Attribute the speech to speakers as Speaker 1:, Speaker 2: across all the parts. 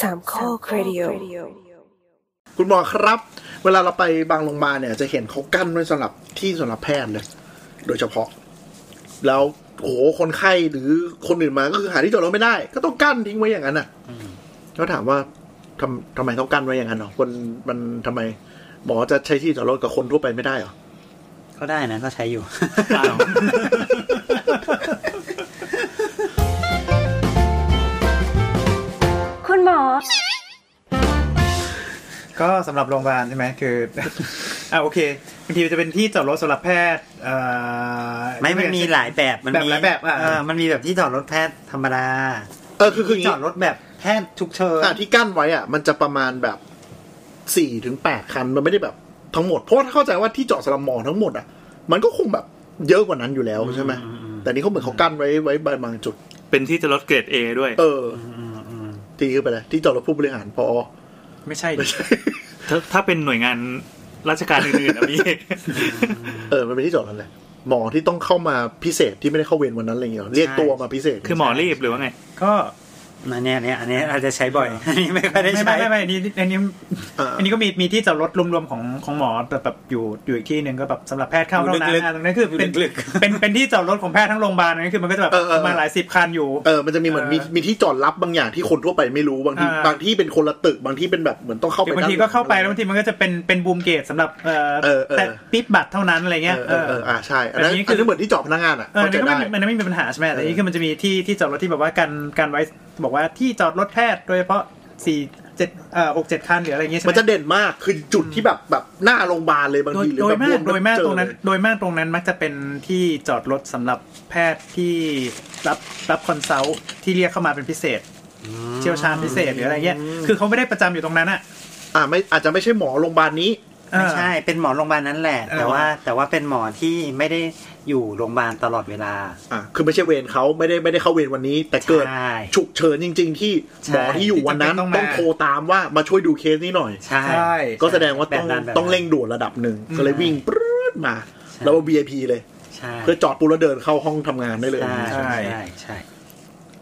Speaker 1: สามข้อครดิโอ
Speaker 2: คุณหมอครับ เวลาเราไปบางโรงพยาบาลเนี่ย จะเห็นเขากั้นไว้สำหรับที่สำหรับแพทย์เลย โดยเฉพาะ แล้วโอ้โหคนไข้หรือคนอื่นมาก็คือหาที่จอดรถไม่ได้ ก็ต้องกั้นทิ้งไว้อย่างนั้นน่ะแล้วถามว่าทำทำไมต้องกั้นไว้อย่างนั้นเหรอคนมันทำไมหมอจะใช้ที่จอดรถกับคนทั่วไปไม่ได้เหรอ
Speaker 3: ก็ได้นะก็ใช้อยู่
Speaker 1: คุณหมอ
Speaker 4: ก็สำหรับโรงพยาบาลใช่ไหมคือ อ่าโอเคบางทีจะเป็นที่จอดรถสำหรับแพทย์เอ่อ
Speaker 3: ไม่มันมีหลายแบบมันมี
Speaker 4: แบบหลายแบบอ่ะ
Speaker 3: เออมันมีแบบที่จอดรถแพทย์ธรรมดา
Speaker 2: เออคือคืออย่าง
Speaker 3: จ
Speaker 2: นี้
Speaker 3: อดรถแบบแพทย์ฉุกเฉิน
Speaker 2: อ่ะที่กั้นไว้อ่ะ มันจะประมาณแบบสี่ถึงแปดคันมันไม่ได้แบบทั้งหมดเพราะว่าถ้าเข้าใจว่าที่จอดสำหรับหมอทั้งหมดอ่ะ มันก็คงแบบเยอะกว่านั้นอยู่แล้วใช่ไหมแต่นี่เขาเหมือนเขากั้นไว้ไว้บางจุด
Speaker 5: เป็นที่จะลดเกรด A ด้วย
Speaker 2: เออ
Speaker 3: อืมอืม
Speaker 2: ตีขึ้นไปเลยที่จอดรถผู้บริหารพอ
Speaker 4: ไม่ใช่ดิ
Speaker 5: ถ้าถ้าเป็นหน่วยงานราชการอื่นๆนะพี่
Speaker 2: เออมันเป็นที่จอดนั่นแหละหมอที่ต้องเข้ามาพิเศษที่ไม่ได้เข้าเวรวันนั้นอะไรอย่างเงี้ยเรียกตัวมาพิเศษ
Speaker 5: คือหมอรีบหรือว่าไง
Speaker 4: ก็
Speaker 3: อันเนี้ยอันเนี้ยอันเนี้ยอาจจะใช้บ่อยอันนี้ไม่ค่อยได้
Speaker 4: ไม่
Speaker 3: ใช้
Speaker 4: ไม่ไม่ไม่นี่อันนี้
Speaker 2: อ่า
Speaker 4: อันนี้ก็มีมีที่จอดรถรวมๆของของหมอแบบแบบอยู่อยู่อีกที่หนึ่งก็แบบสำหรับแพทย์เข้าเท่านั้นอ่ะตรงนั้นคือเป็น
Speaker 3: ลึก
Speaker 4: เป็นเป็นที่จอดรถของแพทย์ทั้งโรงพยาบาลนั่นคือมันก็จะแบบประมาณหลายสิบคันอยู่
Speaker 2: เออมันจะมีเหมือนมีมีที่จอดรับบางอย่างที่คนทั่วไปไม่รู้บางที
Speaker 4: อ่า
Speaker 2: บางที่เป็นคนละตึกบางที่เป็นแบบเหมือนต้องเข้าไป
Speaker 4: บางทีก็เข้าไปแล้วบาง
Speaker 2: ที
Speaker 4: ทีมันก็จะเป็นเป็นบูมเกตสำหรับเอ่อ
Speaker 2: เออเออ
Speaker 4: แต่ปิ๊บบัตรเท่านั้นอะไรเงี้ย
Speaker 2: เออเอ
Speaker 4: เอ
Speaker 2: อ
Speaker 4: อ
Speaker 2: เอออ่าใช่อันนั้น
Speaker 4: อันนี้คื
Speaker 2: อัน
Speaker 4: ออั
Speaker 2: นี้เหมือนที่จอดพนักงานอ่ะ
Speaker 4: เออ
Speaker 2: เข้า
Speaker 4: อั
Speaker 2: ใจ
Speaker 4: นนี่ก็
Speaker 2: ได้
Speaker 4: ไม่มันไม่มีปัญหาใช่ไหมแต่
Speaker 2: เออ
Speaker 4: นี่คือมันจะมีที่ที่จอดรถที่แบบว่าการการไว้บอกว่าที่จอดรถแพทย์โดยเฉพาะสี่เจ็ดเอ่อหกเจ็ดคันหรืออะไรอย่างเงี้ยใช่ไห
Speaker 2: มั
Speaker 4: ม
Speaker 2: นจะเด่นมากคือจุดที่แบบแบบหน้าโรงพยาบาลเลยบาง
Speaker 4: โดย
Speaker 2: ทีหรือ
Speaker 4: โด
Speaker 2: แบ
Speaker 4: ย
Speaker 2: บ
Speaker 4: มาร
Speaker 2: ว
Speaker 4: ก
Speaker 2: ม
Speaker 4: โดยมาก
Speaker 2: เจอ
Speaker 4: ตรงนั้น
Speaker 2: เลย
Speaker 4: โดยมากตรงนั้นมักจะเป็นที่จอดรถสำหรับแพทย์ที่รับรับคอนซัลท์ที่เรียกเข้ามาเป็นพิเศษ เชี่ยวชาญพิเศษหรืออะไรเงี้ย
Speaker 2: อืม
Speaker 4: คือเขาไม่ได้ประจำอยู่ตรงนั้นอ่ะ
Speaker 2: อ่าไม่อาจจะไม่ใช่หมอโรงพยาบาลนี้
Speaker 3: ไม่ใช่
Speaker 4: เออ
Speaker 3: เป็นหมอโรงพยาบาลนั่นแหละ
Speaker 4: เออ
Speaker 3: แต่ว่าแต่ว่าเป็นหมอที่ไม่ได้อยู่โรงพยาบาลตลอดเวลา
Speaker 2: อ่าคือไม่ใช่เวรเขาไม่ได้ไม่ได้เข้าเวรวันนี้ แต่เกิด
Speaker 3: ใช่
Speaker 2: ฉุกเฉินจริง ๆ ที่หมอ
Speaker 3: ใช่
Speaker 2: ที่อยู่วันนั้น
Speaker 4: ที่จำเป็นต้องมา
Speaker 2: ต้องโทรตามว่ามาช่วยดูเคสนี้หน่อย
Speaker 3: ใช่
Speaker 4: ใช่
Speaker 2: ก็แสดงว่าต้อง
Speaker 3: แบบนั้นแบบนั้น
Speaker 2: ต้องเร่งด่วนระดับหนึ่งก็เลยวิ่งปรื๊ดมา
Speaker 3: ใช่
Speaker 2: แล้วก็ VIP เลย
Speaker 3: ใช่
Speaker 2: เพื่อจอดปุ๊บแล้วเดินเข้าห้องทำงานได้เลย
Speaker 3: ใช่ใช่ใช่ใช่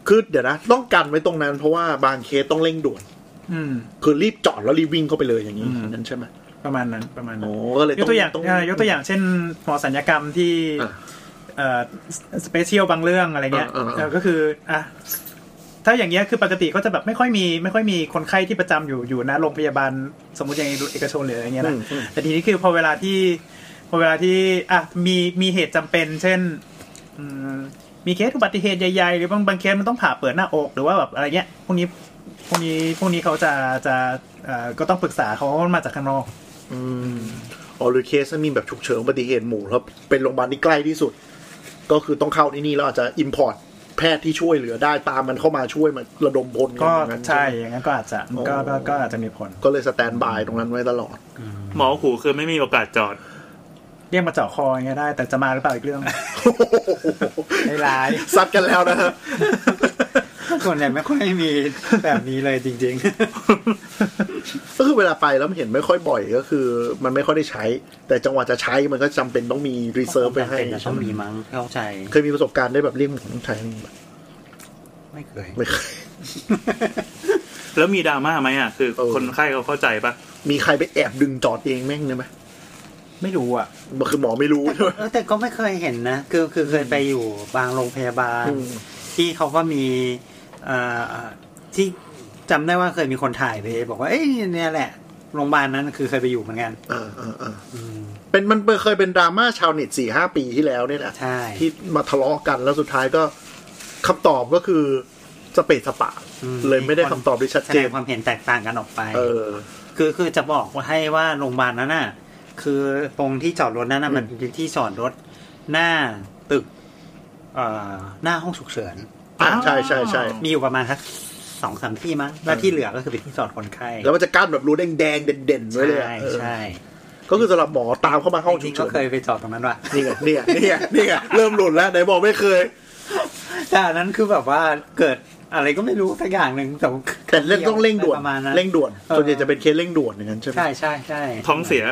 Speaker 2: คือเดี๋ยวนะ ต้องกันไว้ตรงนั้นเพราะว่าบางเคสต้องเร่งด่วน
Speaker 4: อืม
Speaker 2: คือรีบจอดแล้วรีบวิ่งเข้าไปเลยอย่างนี้
Speaker 4: อืม
Speaker 2: นั่นใช่ไหม
Speaker 4: ประมาณนั้นประมาณนั้
Speaker 2: โอ้
Speaker 4: น
Speaker 2: ก็เลย
Speaker 4: ยกตัวอย่าง
Speaker 2: ต้อง
Speaker 4: เอ่อยกตัวอย่างเช่นหมอสัญญกรรมที่
Speaker 2: อ่ะ
Speaker 4: เอ่อสเปเชียลบางเรื่องอะไรเงี้ย
Speaker 2: อ่ะอ่ะอ่ะ
Speaker 4: เออก็คืออ่ะถ้าอย่างเงี้ยคือปกติก็จะแบบไม่ค่อยมีไม่ค่อยมีคนไข้ที่ประจำอยู่อยู่นะโรงพยาบาลสมมติอย่างเอกชนหรืออะไรเงี้ย
Speaker 2: อื
Speaker 4: นะ
Speaker 2: มอืม
Speaker 4: แต่ทีนี้คือพอเวลาที่พอเวลาที่อ่ะมีมีเหตุจำเป็น เช่นอืมมีเคสอุบัติเหตุใหญ่ๆหรือบางบางเคสมันต้องผ่าเปิดหน้าอกหรือว่าแบบอะไรเงี้ยพวกนี้พวกนี้พวกนี้เขาจะจะเอ่อก็ต้องปรึกษาเขามาจากข้างนอก
Speaker 2: อืมอ๋อหรือเคสมีแบบฉุกเฉินอุบัติเหตุหมู่แล้วเป็นโรงพยาบาลที่ใกล้ที่สุด ก็คือต้องเข้าที่นี่แล้วอาจจะ import แพทย์ที่ช่วยเหลือได้ตามมันเข้ามาช่วยมาระดมพล
Speaker 4: ก็
Speaker 2: อย่างนั้น
Speaker 4: ใช่
Speaker 2: ไหม
Speaker 4: อย่างนั้นก็อาจจะมันก็
Speaker 2: โอ้
Speaker 4: ก็ก็อาจจะมีผล
Speaker 2: ก็เลยสแตนบายตรงนั้นไว้ตลอด
Speaker 5: หมอหูคือไม่มีโอกาสจอด
Speaker 4: เรียกมาเจาะคออย่างเงี้ยได้ แต่จะมาหรือเปล่าอีกเรื่อง
Speaker 3: ไม่ร้าย
Speaker 2: ซัดกันแล้วนะฮะ
Speaker 3: ส่วนใหญ่ไม่ค่อยมีแบบนี้เลยจริง
Speaker 2: ก็คือเวลาไปแล้วมันเห็นไม่ค่อยบ่อยก็คือ มันไม่ค่อยได้ใช้ แต่จังหวะจะใช้มันก็จำเป็นต้องมีรี
Speaker 3: ๆ
Speaker 2: เซิร์ฟไป ให้
Speaker 3: จำเป็นจะต้องมีมั้งเข้าใจ
Speaker 2: เคยมีประสบการณ์ได้แบบเรียกหมอต้องใช้ไหม
Speaker 3: ไม่เคย
Speaker 2: ไม่เคย
Speaker 5: แล้วมีดราม่าไหมอ่ะ คือ
Speaker 2: เออ
Speaker 5: คนไข้เขาเข้าใจปะ
Speaker 2: มีใครไปแอบดึงจอดเองแม่งเนี่ยไหม
Speaker 4: ไม่รู้อ่ะ
Speaker 2: มันคือหมอไม่รู้ใช่ไหม
Speaker 3: เออแต่ก็ไม่เคยเห็นนะคือคือเคยไปอยู่บางโรงพยาบาล
Speaker 2: อืม
Speaker 3: ที่เขาก็มีเอ่อที่จำได้ว่าเคยมีคนถ่ายไป บอกว่าเอ้ยเนี่ยแหละโรงพยาบาลนั้นคือเคยไปอยู่เหมือนกัน
Speaker 2: อ่าอ่าอ่า
Speaker 3: อืม
Speaker 2: เป็นมันเคยเป็นดราม่าชาวเน็ตสี่ห้าปีที่แล้วเนี่ยแหละ
Speaker 3: ใช่
Speaker 2: ที่มาทะเลาะกันแล้วสุดท้ายก็คำตอบก็คือสเปซสปะ
Speaker 3: อื
Speaker 2: เลยไม่ได้คำตอบที่ชัด
Speaker 3: แส
Speaker 2: เจ
Speaker 3: ด
Speaker 2: น
Speaker 3: งความเห็นแตกต่างกันออกไป
Speaker 2: เออ
Speaker 3: คือคือจะบอกว่าให้ว่าโรงพยาบาลนั้นน่ะ คือตรงที่จอดรถนั้นน่ะมันเป็นที่จอดรถหน้าตึก เอ่อหน้าห้องฉุกเฉิน
Speaker 2: อ่าใช่ใช่ใช่
Speaker 3: มีอยู่ประมาณสักสองสามที่มั้งแล้วที่เหลือก็คือเป็นที่จอดคนไข้
Speaker 2: แล้วมันจะกั้นแบบรูแดงๆเด่นๆไว้เลยอะ
Speaker 3: ใช่
Speaker 2: เออ
Speaker 3: ใช่
Speaker 2: ก็คือสำหรับหมอตามเข้ามาห้อง
Speaker 3: จ
Speaker 2: ฉุ
Speaker 3: ริ
Speaker 2: ก
Speaker 3: งๆ
Speaker 2: เฉิน
Speaker 3: ก็เคยไปจอดตรงนั้นว่ะ
Speaker 2: นี่ไงนี่ไงนี่ไงนี่ไงเริ่มหลุดแล้วไหนบอกไม่เคย
Speaker 3: แต่อันนั้นคือแบบว่าเกิดอะไรก็ไม่รู้สักอย่างหนึ่งแต่
Speaker 2: แต่เร่งต้องเร่งด่วน
Speaker 3: ประมาณนั้น
Speaker 2: เร่งด่วน
Speaker 3: เออ
Speaker 2: ส่วนใหญ่จะเป็นเคสเร่งด่วนอย่างนั้นใช่ไหม
Speaker 3: ใช่ใช่ใช่
Speaker 5: ท้องเสีย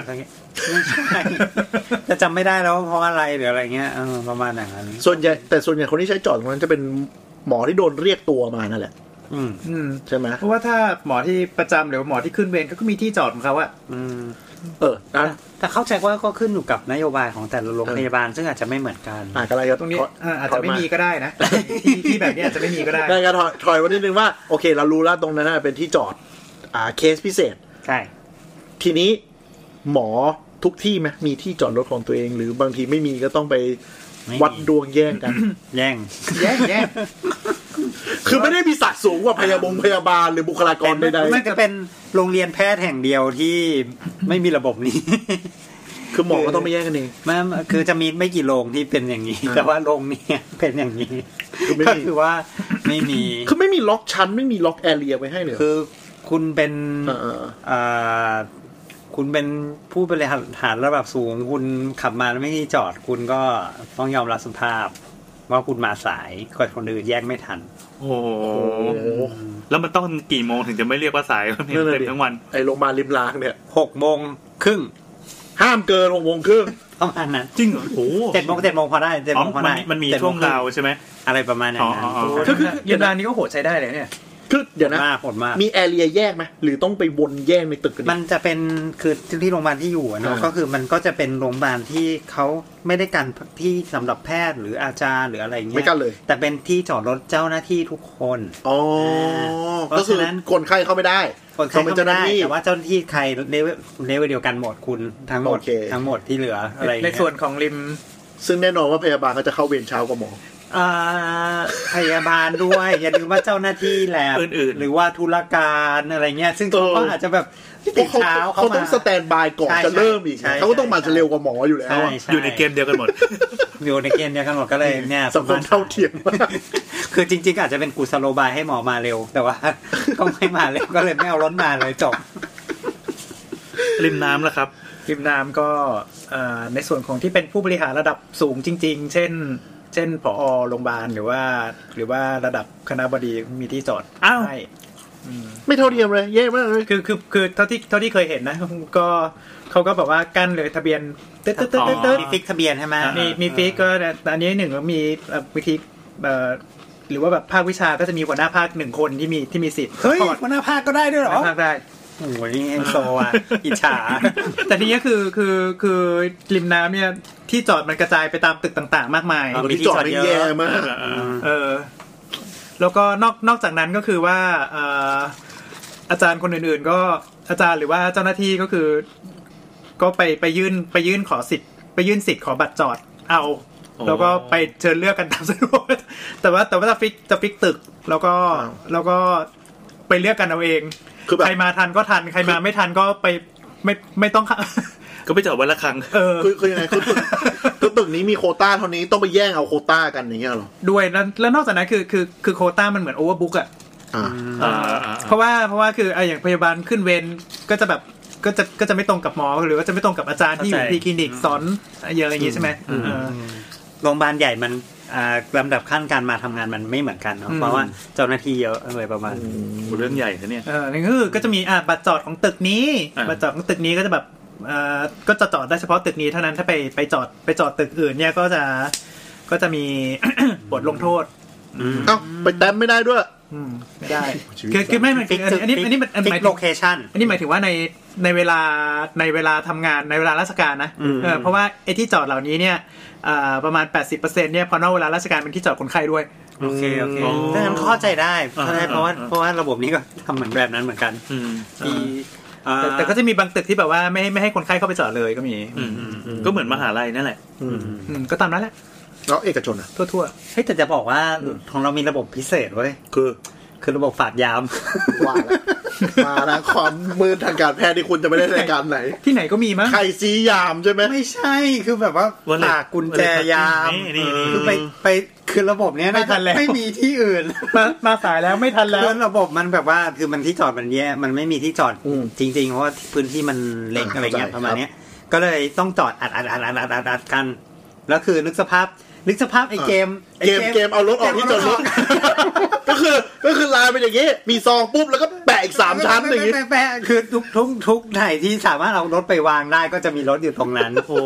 Speaker 3: ไม่ใช่ จะจำไม่ได้แล้วว่าเพราะอะไรหรืออะไรเงี้ยเออประมาณอย่างนั้น
Speaker 2: ส่วนใหญ่แต่ส่วนใหญ่คนที่ใช้จอดตรงนั้นจะเป็นหมอที่โดนเรียกตัวมานั่นแหละ
Speaker 3: อืม
Speaker 4: อืม
Speaker 2: ใช่ไหม
Speaker 4: เพราะว่าถ้าหมอที่ประจำหรือหมอที่ขึ้นเวรเขาก็มีที่จอดของเขาอะ
Speaker 3: อืม
Speaker 2: เออนะ
Speaker 3: แต่เข้าใจว่าก็ขึ้นอยู่กับนโยบายของแต่ละโรงพยาบาล ซึ่งอาจจะไม่เหมือนกัน
Speaker 2: อ่ะก็เลย
Speaker 4: ตรงนี้อ่าอาจจะไม่มีก็ได้ นะ ที่ที่แบบเนี้ยอาจจะไม่มีก็ได้
Speaker 2: ได้ก็ถอยถอยไวันนิดนึงว่าโอเคเรารู้แล้วตรงนั้นนะเป็นที่จอด อ่าเคสพิเศษ
Speaker 3: ใช่
Speaker 2: ทีนี้หมอทุกที่ไหมมีที่จอดรถของตัวเอง หรือบางทีไม่มีก็ต้องไป
Speaker 3: ไม่
Speaker 2: วัด
Speaker 3: มี
Speaker 2: ดวงแย่ง กัน
Speaker 3: แย่ง
Speaker 4: แย่แย่
Speaker 2: คือไม่ได้มีศักดิ์สูงกว่าพยาบงพยาบาลหรือบุคลากร
Speaker 3: เป็น
Speaker 2: ใด
Speaker 3: มันจะเป็นโรงเรียนแพทย์แห่งเดียวที่ไม่มีระบบนี้
Speaker 2: ๆคือหมอก็ต้องไปแย่งกันเอง
Speaker 3: ไมันคือจะมีไม่กี่โรงที่เป็นอย่างนี้ แต่ว่าโรงเนี้ยเป็นอย่างนี้
Speaker 2: คือไม่มี
Speaker 3: ก็คือว่าไม่มี
Speaker 2: คือไม่มีล็อกชั้นไม่มีล็อกแอเรียไว้ให้เลยเหรอ
Speaker 3: คือคุณเป็น
Speaker 2: เออ
Speaker 3: เอ่อคุณเป็นผู้บริหารระดับสูง คุณขับมาแล้วไม่มีจอด คุณก็ต้องยอมรับสภาพ ว่าคุณมาสายก็คนอื่นแยกไม่ทัน
Speaker 5: โอ้โห
Speaker 2: โอ้โห
Speaker 5: แล้วมันต้องกี่โมงถึงจะไม่เรียกว่าสายมันเห็น
Speaker 2: นั่นน่ะ
Speaker 5: เต็ม
Speaker 2: ดิ
Speaker 5: ทั้งวัน
Speaker 2: ไอโรงพยาบาลริมรางเนี่ย
Speaker 3: หกโมงครึ่ง
Speaker 2: ห้ามเกินหกโมงครึ่ง
Speaker 3: ประมาณนั้น
Speaker 5: จริงเหรอโอ้โห
Speaker 3: เจ็ดโมงเจ็ดโมงพอได้เจ็ด
Speaker 5: อ๋อ
Speaker 3: โมงพอ
Speaker 5: มัน
Speaker 3: ได้
Speaker 5: มีมันมี
Speaker 3: เจ็ด
Speaker 5: ช่วง
Speaker 3: โมครึ่
Speaker 5: ราวใช่ไหม
Speaker 3: อะไรประมาณอย่างนั้น
Speaker 5: อ๋ออ๋ออ๋อ
Speaker 4: คือคือเยอรมันนี้ก็โหดใช้ได้เลยเนี่ย
Speaker 2: คือเดี๋ยวนะ
Speaker 3: มากผลมาก
Speaker 2: มีแอเรียแยกไหมหรือต้องไปวนแย่งในตึกกันอีก
Speaker 3: มันจะเป็นคือที่โรงพยาบาลที่อยู่อะเนาะ
Speaker 2: อ่า
Speaker 3: ก็คือมันก็จะเป็นโรงพยาบาลที่เขาไม่ได้การที่สำหรับแพทย์หรืออาจารย์หรืออะไรเงี้ย
Speaker 2: ไม่กันเลย
Speaker 3: แต่เป็นที่จอดรถเจ้าหน้าที่ทุกคน
Speaker 2: อ๋อ
Speaker 3: เพราะ
Speaker 2: ก็คือ
Speaker 3: ฉะนั้น
Speaker 2: คนไข้เข้าไม่ได้
Speaker 3: คนไข้
Speaker 2: ต้องเป็
Speaker 3: ก็
Speaker 2: นเจ้าหน้า
Speaker 3: ไม่ได้
Speaker 2: ที่
Speaker 3: แต่ว่าเจ้าหน้าที่ใครเลเวลเลเวลเดียวกันหมดคุณทั้งหมด
Speaker 2: โอเค
Speaker 3: ทั้งหมดที่เหลืออะไร
Speaker 4: ใน
Speaker 3: เงี้ย
Speaker 4: ส่วนของริม
Speaker 2: ซึ่งแน่นอนว่าพยาบาลเขาจะเข้าเวรเช้ากว่าหมอ
Speaker 3: อ่าพยาบาลด้วย อย่าลืมว่าเจ้าหน้าที่แลบ
Speaker 5: อื่นๆ
Speaker 3: หรือว่าธุรการอะไรเงี้ย ซึ่งเขา
Speaker 2: เอ
Speaker 3: ก็
Speaker 2: ออ
Speaker 3: อาจจะแบบตื่นเช้า
Speaker 2: เขา
Speaker 3: เขา
Speaker 2: ต้อง
Speaker 3: มา
Speaker 2: สแตนบายก่อน
Speaker 3: ใช่
Speaker 2: จะเริ่มอีก
Speaker 3: ใช่
Speaker 2: เขาก็ต้องมา
Speaker 3: ใช่
Speaker 2: เร็วกว่าหมออยู่แล้วอะ
Speaker 3: ใช่
Speaker 5: อยู่ในเกมเดียวกันหมด
Speaker 3: อยู่ในเกณฑ์เดียวกันหมดก็เลยเนี่ย
Speaker 2: สังคมเท่าเทียมมาก
Speaker 3: คือจริง ๆ อาจจะเป็นกุศโลบายให้หมอมาเร็ว แต่ว่า ก็ไม่มาเร็วก็เลยไม่เอารถมาเลยจบ
Speaker 5: ริมน้ำแล้วครับ
Speaker 4: ริมน้ำก็เอ่อในส่วนของที่เป็นผู้บริหารระดับสูงจริง ๆ เช่น เช่นผอโรงพยาบาลหรือว่า หรือว่าระดับคณะบดีมีที่จอด
Speaker 5: อ้าว
Speaker 4: ให้
Speaker 2: ไม่เท่าเทียมเลยแย่มากเลย
Speaker 4: คือคือคือเท่าที่เท่าที่เคยเห็นนะ ก็เขาก็แบบว่ากั้นเลยทะเบียนเต๊ดเต๊ดเต๊ดเต๊ดเต๊ด
Speaker 3: มีฟิกทะเบียนใช่ไหม
Speaker 4: มีมีฟิกก็อันนี้หนึ่งก็มีเอ่อวิธีเอ่อหรือว่าแบบภาควิชาก็จะมีหัวหน้าภาคหนึ่งคนที่มีที่มีสิทธิ์
Speaker 3: เฮ้ย
Speaker 4: ถอด
Speaker 3: หัวหน้าภาคก็ได้ด้วย
Speaker 4: หั
Speaker 3: เหร
Speaker 4: วห
Speaker 3: อ
Speaker 4: น้าภาคได้
Speaker 3: โอ้ยเอ็นโซอ่ะ อิจฉา
Speaker 4: แต่ทีนี้คือคือคือริมน้ำเนี่ยที่จอดมันกระจายไปตามตึกต่างๆ มากมาย
Speaker 3: เออ
Speaker 2: ที่จอดไม่แย่มาก
Speaker 4: เออ แล้วก็นอกนอกจากนั้นก็คือว่าเอ่ออาจารย์คนอื่นๆ ก็อาจารย์หรือว่าเจ้าหน้าที่ก็คือ ก็ไปไปยื่นไปยื่นขอสิทธิ์ไปยื่นสิทธิ์ขอบัตรจอดเอา
Speaker 5: อ๋อ
Speaker 4: แล้วก็ไปเชิญเลือกกันตามสะดวก แต่ว่าแต่ว่าจะฟิกจะฟิกตึก แล้วก็
Speaker 2: อ้าว
Speaker 4: แล้วก็ไปเลือกกันเอาเอง
Speaker 2: คือแบบ
Speaker 4: ใครมาทันก็ทันใครมาไม่ทันก็ไปไม่ไม่ต้องเข้า
Speaker 5: ก็ไปจอดวันละครั้ง
Speaker 4: เออ
Speaker 2: คือคือยังไงคือตึกคือตึกนี้มีโควต้าเท่านี้ต้องไปแย่งเอาโควต้ากันอย่างเงี้ยเหรอ
Speaker 4: ด้วยแล้วแล้วนอกจากนั้นคือคือคือโควต้ามันเหมือนโอเวอร์บุ๊กอะ
Speaker 2: อ่า
Speaker 5: อ่าอ่า
Speaker 4: เพราะว่าเพราะว่าคืออ่ะอย่างพยาบาลขึ้นเวรก็จะแบบก็จะก็จะไม่ตรงกับหมอหรือว่าจะไม่ตรงกับอาจารย์ที่อยู่
Speaker 3: เข้าใจ
Speaker 4: ที่คลินิกสอนเยอะอะไรอย่างงี้ใช่ไหมเออ
Speaker 3: โรงพยาบาลใหญ่มันอ่าลำดับขั้นการมาทำงานมันไม่เหมือนกันเนอะ
Speaker 4: อืม
Speaker 3: เพราะว่าเจ้าหน้าที่เยอะอะไรประมาณนี้
Speaker 5: โอ้โหเรื่องใหญ่นะเนี่ย
Speaker 4: เออนั่นก็คือก็จะมีอ่ะบัตรจอดของตึกนี้
Speaker 5: อ่า
Speaker 4: บัตรจอดของตึกนี้ก็จะแบบเอ่อก็จะจอดได้เฉพาะตึกนี้เท่านั้นถ้าไปไปจอดไปจอดตึกอื่นเนี่ยก็จะก็จะมี บทลงโทษ
Speaker 2: เอ้าไปแต้มไม่ได้ด้วย
Speaker 4: อืมไม่ได้
Speaker 2: ชีวิต
Speaker 4: คือคือไม่มันคืออันอันนี้อันนี้มันอัน
Speaker 3: ฟิ
Speaker 4: หมาย
Speaker 3: ก
Speaker 4: ถึ
Speaker 3: โล
Speaker 4: ง
Speaker 3: เคชั่น
Speaker 4: อันนี้หมายถึงว่าในในเวลาในเวลาทำงานในเวลาราชการนะเออเพราะว่าไอ้ที่จอดเหล่านี้เนี่ยเอ่อประมาณ 80%เนี่ยพอนอกเวลาราชการเป็นที่จอดคนไข้ด้วย
Speaker 3: โอเคโอเค
Speaker 5: อ๋อ
Speaker 3: ดังนั้นเข้าใจได้
Speaker 5: อ่า
Speaker 3: เข้าใจเพราะว่า
Speaker 5: อ่า
Speaker 3: เพราะว่าระบบนี้ก็ทำเหมือนแบบนั้นเหมือนกัน
Speaker 5: อืม
Speaker 3: ที่
Speaker 4: แต่แต่ก็จะมีบางตึกที่แบบว่าไม่ให้ไม่ให้คนไข้เข้าไปจอดเลยก็มี
Speaker 5: อืมอืมอืมก็เหมือนมหาลัยนั่นแหละ
Speaker 2: อืม
Speaker 4: อืมก็ตามนั้นแหละ
Speaker 2: แล้วเอกชนอ่ะ
Speaker 4: ทั่ว
Speaker 3: เฮ้ยแต่จะบอกว่าของเรามีระบบพิเศษเว้ย
Speaker 2: คือ
Speaker 3: คือระบบฝากยาม
Speaker 2: ว่าแล้ว มาแล้วความมืดทางการแพทย์ที่คุณจะไม่ได้รายการไหน
Speaker 4: ๆ ที่ไหนก็มีมั้ง
Speaker 2: ใครซียามใช่ไหม
Speaker 3: ไม่ใช่คือแบบว่า
Speaker 5: วันเหล็ก
Speaker 3: ฝากกุญแจยาม
Speaker 5: นี่นี่นี่
Speaker 3: คือไปไปคือระบบเนี้ย
Speaker 4: ไม่ทันแล้ว
Speaker 3: ไม่มีที่อื่น
Speaker 4: มามาสายแล้วไม่ทันแล้ว
Speaker 3: คือระบบมันแบบว่าคือมันที่จอดมันแย่มันไม่มีที่จอด
Speaker 2: อืม
Speaker 3: จริง ๆ เพราะว่าพื้นที่มันเล็ก
Speaker 2: อ่า
Speaker 3: อะไรเงี้ย
Speaker 2: เข้าใจ
Speaker 3: ประมาณเนี้ย ก็เลยต้องจอดอัดอัดอัดอัดอัดอัดอัดกันแล้วคือนึกสภาพนึกสภาพไอ้เกมไอ้
Speaker 2: เกมเกมเอารถออกที่จอดรถ ก็คือก็คือลายเป็นอย่างงี้ มีซองปุ๊บแล้วก็แปะอีกสามชั้นอย่างงี้
Speaker 3: แปะแปะแปะแปะคือทุกทุกทุกไหนที่สามารถเอารถไปวางได้ก็จะมีรถอยู่ตรงนั้น
Speaker 5: โอ้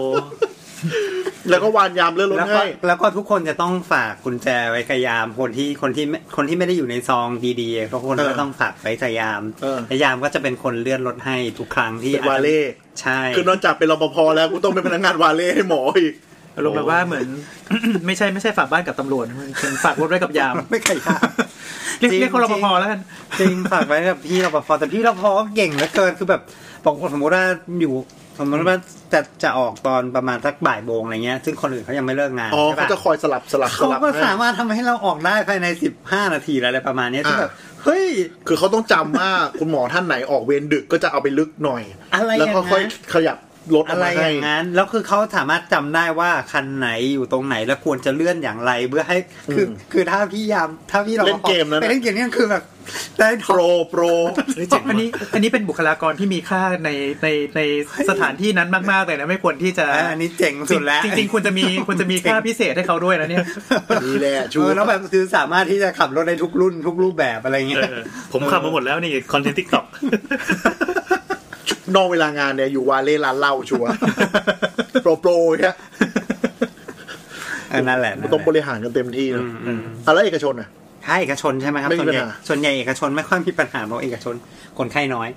Speaker 2: แล้วก็วานยามเลื่อนรถ
Speaker 3: แล้วก็
Speaker 2: ให้
Speaker 3: แล้วก็ทุกคนจะต้องฝากกุญแจไว้กับยามคนที่คนที่ไม่คนที่ไม่ได้อยู่ในซองดีๆทุกคนก็ต้องฝากไว้กับยาม
Speaker 2: เออ
Speaker 3: และยามก็จะเป็นคนเลื่อนรถให้ทุกครั้งที่
Speaker 2: เป็นวาเล่
Speaker 3: ใช่
Speaker 2: คือนอกจากเป็นรปภแล้วกูต้องเป็นพนักงานวาเล่ให้หมออีก
Speaker 4: อารมณ์แบบว่าเหมือน ไม่ใช่ไม่ใช่ฝากบ้านกับตำรวจเป็นฝากรถไว้กับยาม
Speaker 3: ไม่ขยับ
Speaker 4: เรียก
Speaker 3: จริง
Speaker 4: เรียกคนรปภแล้วกัน
Speaker 3: จริงฝากไว้กับพี่รปภแต่พี่รปภก็เก่งเหลือเกินคือแบบบอกว่าสมมติว่าอยู่สมมติว่าจะจะออกตอนประมาณสักบ่ายโมงอะไรเงี้ย ซึ่งคนอื่นเขายังไม่เลิกงาน
Speaker 2: อ๋อ
Speaker 3: ใช่
Speaker 2: เขา
Speaker 3: ปะ
Speaker 2: จะคอยสลับสลับส
Speaker 3: เขา
Speaker 2: ลับ
Speaker 3: ก็
Speaker 2: ให้
Speaker 3: สามารถทำให้เราออกได้ภายใน 15 นาทีอะไรประมาณเนี้ยที่
Speaker 2: อ่า
Speaker 3: แบบ เฮ้ย
Speaker 2: คือเขาต้องจำว่า คุณหมอท่านไหนออกเวรดึกก็จะเอาไปลึกหน่อย
Speaker 3: อะไรอ
Speaker 2: แล้ว
Speaker 3: ย่าง
Speaker 2: ก็ค่อย
Speaker 3: นั้น
Speaker 2: ขยับรถอ
Speaker 3: อะ
Speaker 2: อก
Speaker 3: ไร
Speaker 2: มา
Speaker 3: อ
Speaker 2: ให้
Speaker 3: ย่างนั้น แล้วคือเขาสามารถจำได้ว่าคันไหนอยู่ตรงไหนแล้วควรจะเลื่อนอย่างไรเพื่อให้คืออคือถ้าพี่ยามถ้าพี่เรา
Speaker 2: เล่นเกมนั้น
Speaker 3: ไปเล่นเกมนี่ก็คือแบบได้ท
Speaker 2: โปร
Speaker 3: อง
Speaker 2: โปรนี่เจ๋ง
Speaker 4: อันนี้อันนี้เป็นบุคลากรที่มีค่าในในในสถานที่นั้นมากๆเลยนะไม่ควรที่จะ
Speaker 3: อ่าอันนี้เจ๋งสุดแล้ว
Speaker 4: จริงจริงๆคุณจะมีคุณจะมีค่าพิเศษให้เขาด้วยนะเนี่ย
Speaker 2: นี่แหละชู
Speaker 3: เออแล้วแบบคือสามารถที่จะขับรถได้ทุกรุ่นทุกรูปแบบอะไรเงี้
Speaker 5: เอย อผมขับมาหมดแล้วนี่คอนเทนต์ทิกตอก
Speaker 2: นอกเวลางานเนี่ยอยู่วาเล่ร้านเหล้าชัวร์โปรโปรเนี่ย
Speaker 3: เออนั่นแหละนั่นแหละ
Speaker 2: ต้องบริหารกันเต็มที่นะ
Speaker 3: อืมอืม
Speaker 2: อ่ะแล้วเอกชนอ่ะ
Speaker 3: ถ้าเอกชนใช่ไหมครับ
Speaker 2: ไม่มี
Speaker 3: ส่วนให
Speaker 2: ปั
Speaker 3: ญ่
Speaker 2: ญหา
Speaker 3: ส่วนใหญ่เอกชนไม่ค่อยมีปัญหาเพราะเอกชนคนไข้น้อย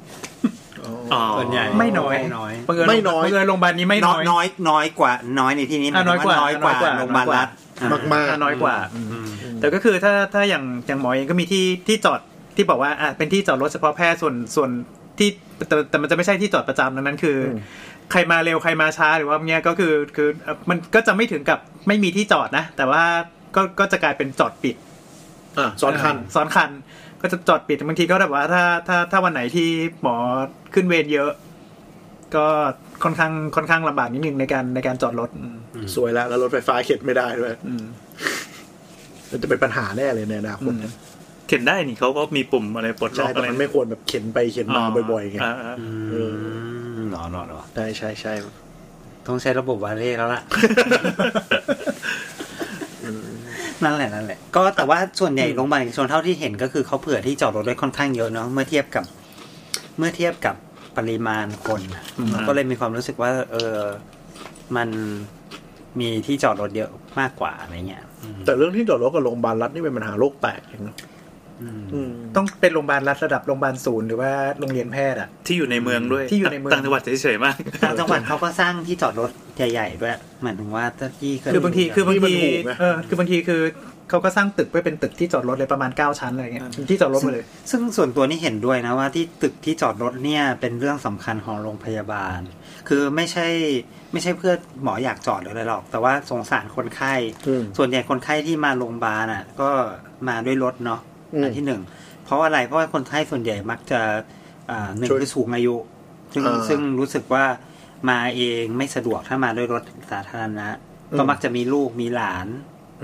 Speaker 5: อ๋อ
Speaker 3: ส่วนใหญ่
Speaker 4: ไม่น้อย
Speaker 3: ไม่น้อย
Speaker 4: บังเญ
Speaker 2: ไม่น้อย
Speaker 4: บังเอิญโรงพยาบาลนี้ไม่น้
Speaker 3: น้
Speaker 4: อ
Speaker 3: อย ยน้อยน้อยกว่าน้อยในที่นี้หมาย
Speaker 4: อ่ะ
Speaker 3: ถึง
Speaker 4: น้อยกว่า
Speaker 3: น้อยกว่า
Speaker 4: น้อยกว่า
Speaker 3: โรงพยาบาลรัฐ
Speaker 4: น้อยกว่
Speaker 2: มาก
Speaker 4: น้อยกว่า แต่ก็คือถ้าถ้าอย่างอย่างหมอเองก็มีที่ที่จอดที่บอกว่าอ่ะเป็นที่จอดรถเฉพาะแพทย์ส่วนส่วนที่แต่แต่มันจะไม่ใช่ที่จอดประจำดังนั้นคืออใครมาเร็วใครมาช้าหรือว่าเนี้ยก็คือคือเอ่อมันก็จะไม่ถึงกับไม่มีที่จอดนะ แต่ว่าก็ก็จะกลายเป็นจอดปิด
Speaker 2: ๆอ่ะซ้อนคัน
Speaker 4: ซ้อนคัน ก็จะจอดปิดบางทีก็แบบว่าถ้าถ้าถ้าวันไหนที่หมอขึ้นเวรเยอะ ก็ค่อนข้างค่อนข้างลำบากนิดนึงในการในการจอดรถอืม
Speaker 2: สวยแล้ว แล้วรถไฟฟ้าเข็นไม่ได้ด้วย
Speaker 4: อืม
Speaker 2: มันจะเป็นปัญหาแน่เลยในอนาคตเนี่ย
Speaker 5: เข็นได้นี่เขาก็มีปุ่มอะไรปลดล็
Speaker 2: ใช่
Speaker 5: อก
Speaker 2: แต่
Speaker 5: อะไร
Speaker 2: มันไม่ควรแบบเข็นไปเข็นมาบ่อยๆไง
Speaker 5: าๆ
Speaker 2: เออ
Speaker 3: หรอหรอหรอ
Speaker 2: ใช่ใช่ใช่
Speaker 3: ต้องใช้ระบบวาเล่แล้วล่ะ นั่นแหละนั่นแหละ ก็แต่ว่าส่วนใหญ่โรงพยาบาลเอกชนเท่าที่เห็นก็คือเขาเผื่อที่จอดรถไว้ค่อนข้างเยอะเนาะเมื่อเทียบกับ เมื่อเทียบกับปริมาณคนน่ะก็เลยมีความรู้สึกว่า เออมันมีที่จอดรถเยอะมากกว่าอะไรเงี้ย
Speaker 2: แต่เรื่องที่จอดรถกับโรงพยาบาลรัฐนี่เป็นปัญหาโลกแตกเองนะ
Speaker 3: อืม
Speaker 2: อืม
Speaker 4: ต้องเป็นโรงพยาบาลรัฐระดับโรงพยาบาลศูนย์หรือว่าโรงเรียนแพทย์อ่ะ
Speaker 5: ที่อยู่ในเมืองด้วย
Speaker 4: ที่อยู่ในเมือง
Speaker 5: ต่างจังหวัดเฉยๆมาก
Speaker 3: ต่างจังหวัดเขาก็สร้างที่จอดรถใหญ่ๆด้วยหมายถึงว่าที่เย
Speaker 4: คือบางทีคือบาง
Speaker 2: ที่มัน
Speaker 4: ที
Speaker 2: ถูกนะ
Speaker 4: เออคือบางทีคือเขาก็สร้างตึกไว้เป็นตึกที่จอดรถเลยประมาณ 9 ชั้นอะไรเงี้ยเป็นที่จอดรถหมดเลย
Speaker 3: ซึ่งส่วนตัวนี่เห็นด้วยนะว่าที่ตึกที่จอดรถเนี่ยเป็นเรื่องสำคัญของโรงพยาบาล คือไม่ใช่ไม่ใช่เพื่อหมออยากจอดหรืออะไรหรอก แต่ว่าสงสารคนไข้
Speaker 2: อืม
Speaker 3: ส่วนใหญ่คนไข้ที่มาโรงพยาบาลอ่ะ ก็มาด้วยรถเนาะ
Speaker 2: อืม
Speaker 3: อันที่หนึ่งเพราะอะไรเพราะว่าคนไข้ส่วนใหญ่มักจะอ่าหนึ่ง
Speaker 2: ช่วย
Speaker 3: คือสูงอายุ ซึ่ง
Speaker 2: อ่า
Speaker 3: ซึ่งรู้สึกว่ามาเองไม่สะดวกถ้ามาด้วยรถสาธารณะ
Speaker 2: อืม
Speaker 3: ก็มักจะมีลูกมีหลาน